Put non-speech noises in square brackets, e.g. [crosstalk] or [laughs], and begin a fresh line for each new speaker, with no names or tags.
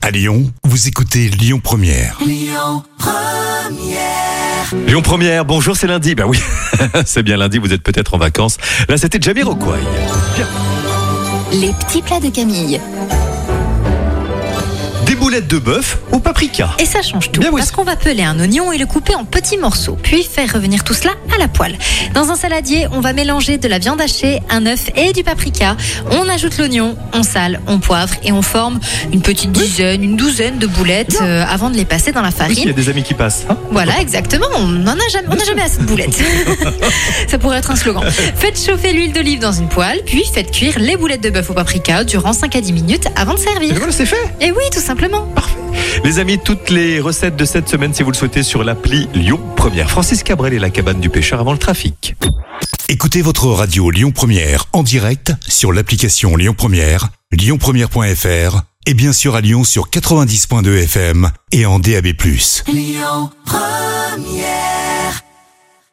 À Lyon, vous écoutez Lyon Première.
Lyon Première, bonjour, c'est lundi. Ben oui, [laughs] c'est bien lundi, vous êtes peut-être en vacances. Là, c'était Jamiroquai.
Les petits plats de Camille.
Des boulettes de bœuf au paprika.
Et ça change tout.
Bien oui.
parce qu'on va peler un oignon et le couper en petits morceaux, puis faire revenir tout cela à la poêle. Dans un saladier, on va mélanger de la viande hachée, un œuf et du paprika. On ajoute l'oignon, on sale, on poivre et on forme une petite dizaine, une douzaine de boulettes euh, avant de les passer dans la
Oui, il y
farine.
a des amis qui passent. hein.
Voilà, exactement. On n'en a jamais, on n'a jamais assez de
[laughs]
boulettes. Ça pourrait être un slogan. Faites chauffer l'huile d'olive dans une poêle, puis faites cuire les boulettes de bœuf au paprika durant 5 à 10 minutes avant de
Et
servir.
voilà, c'est fait.
Et oui, tout simplement.
Les amis, toutes les recettes de cette semaine, si vous le souhaitez, sur l'appli Lyon Première. Francis Cabrel et la cabane du pêcheur avant le trafic.
Écoutez votre radio Lyon Première en direct sur l'application Lyon Première, lyonpremière.fr et bien sûr à Lyon sur 90.2 FM et en DAB+.
Lyon Première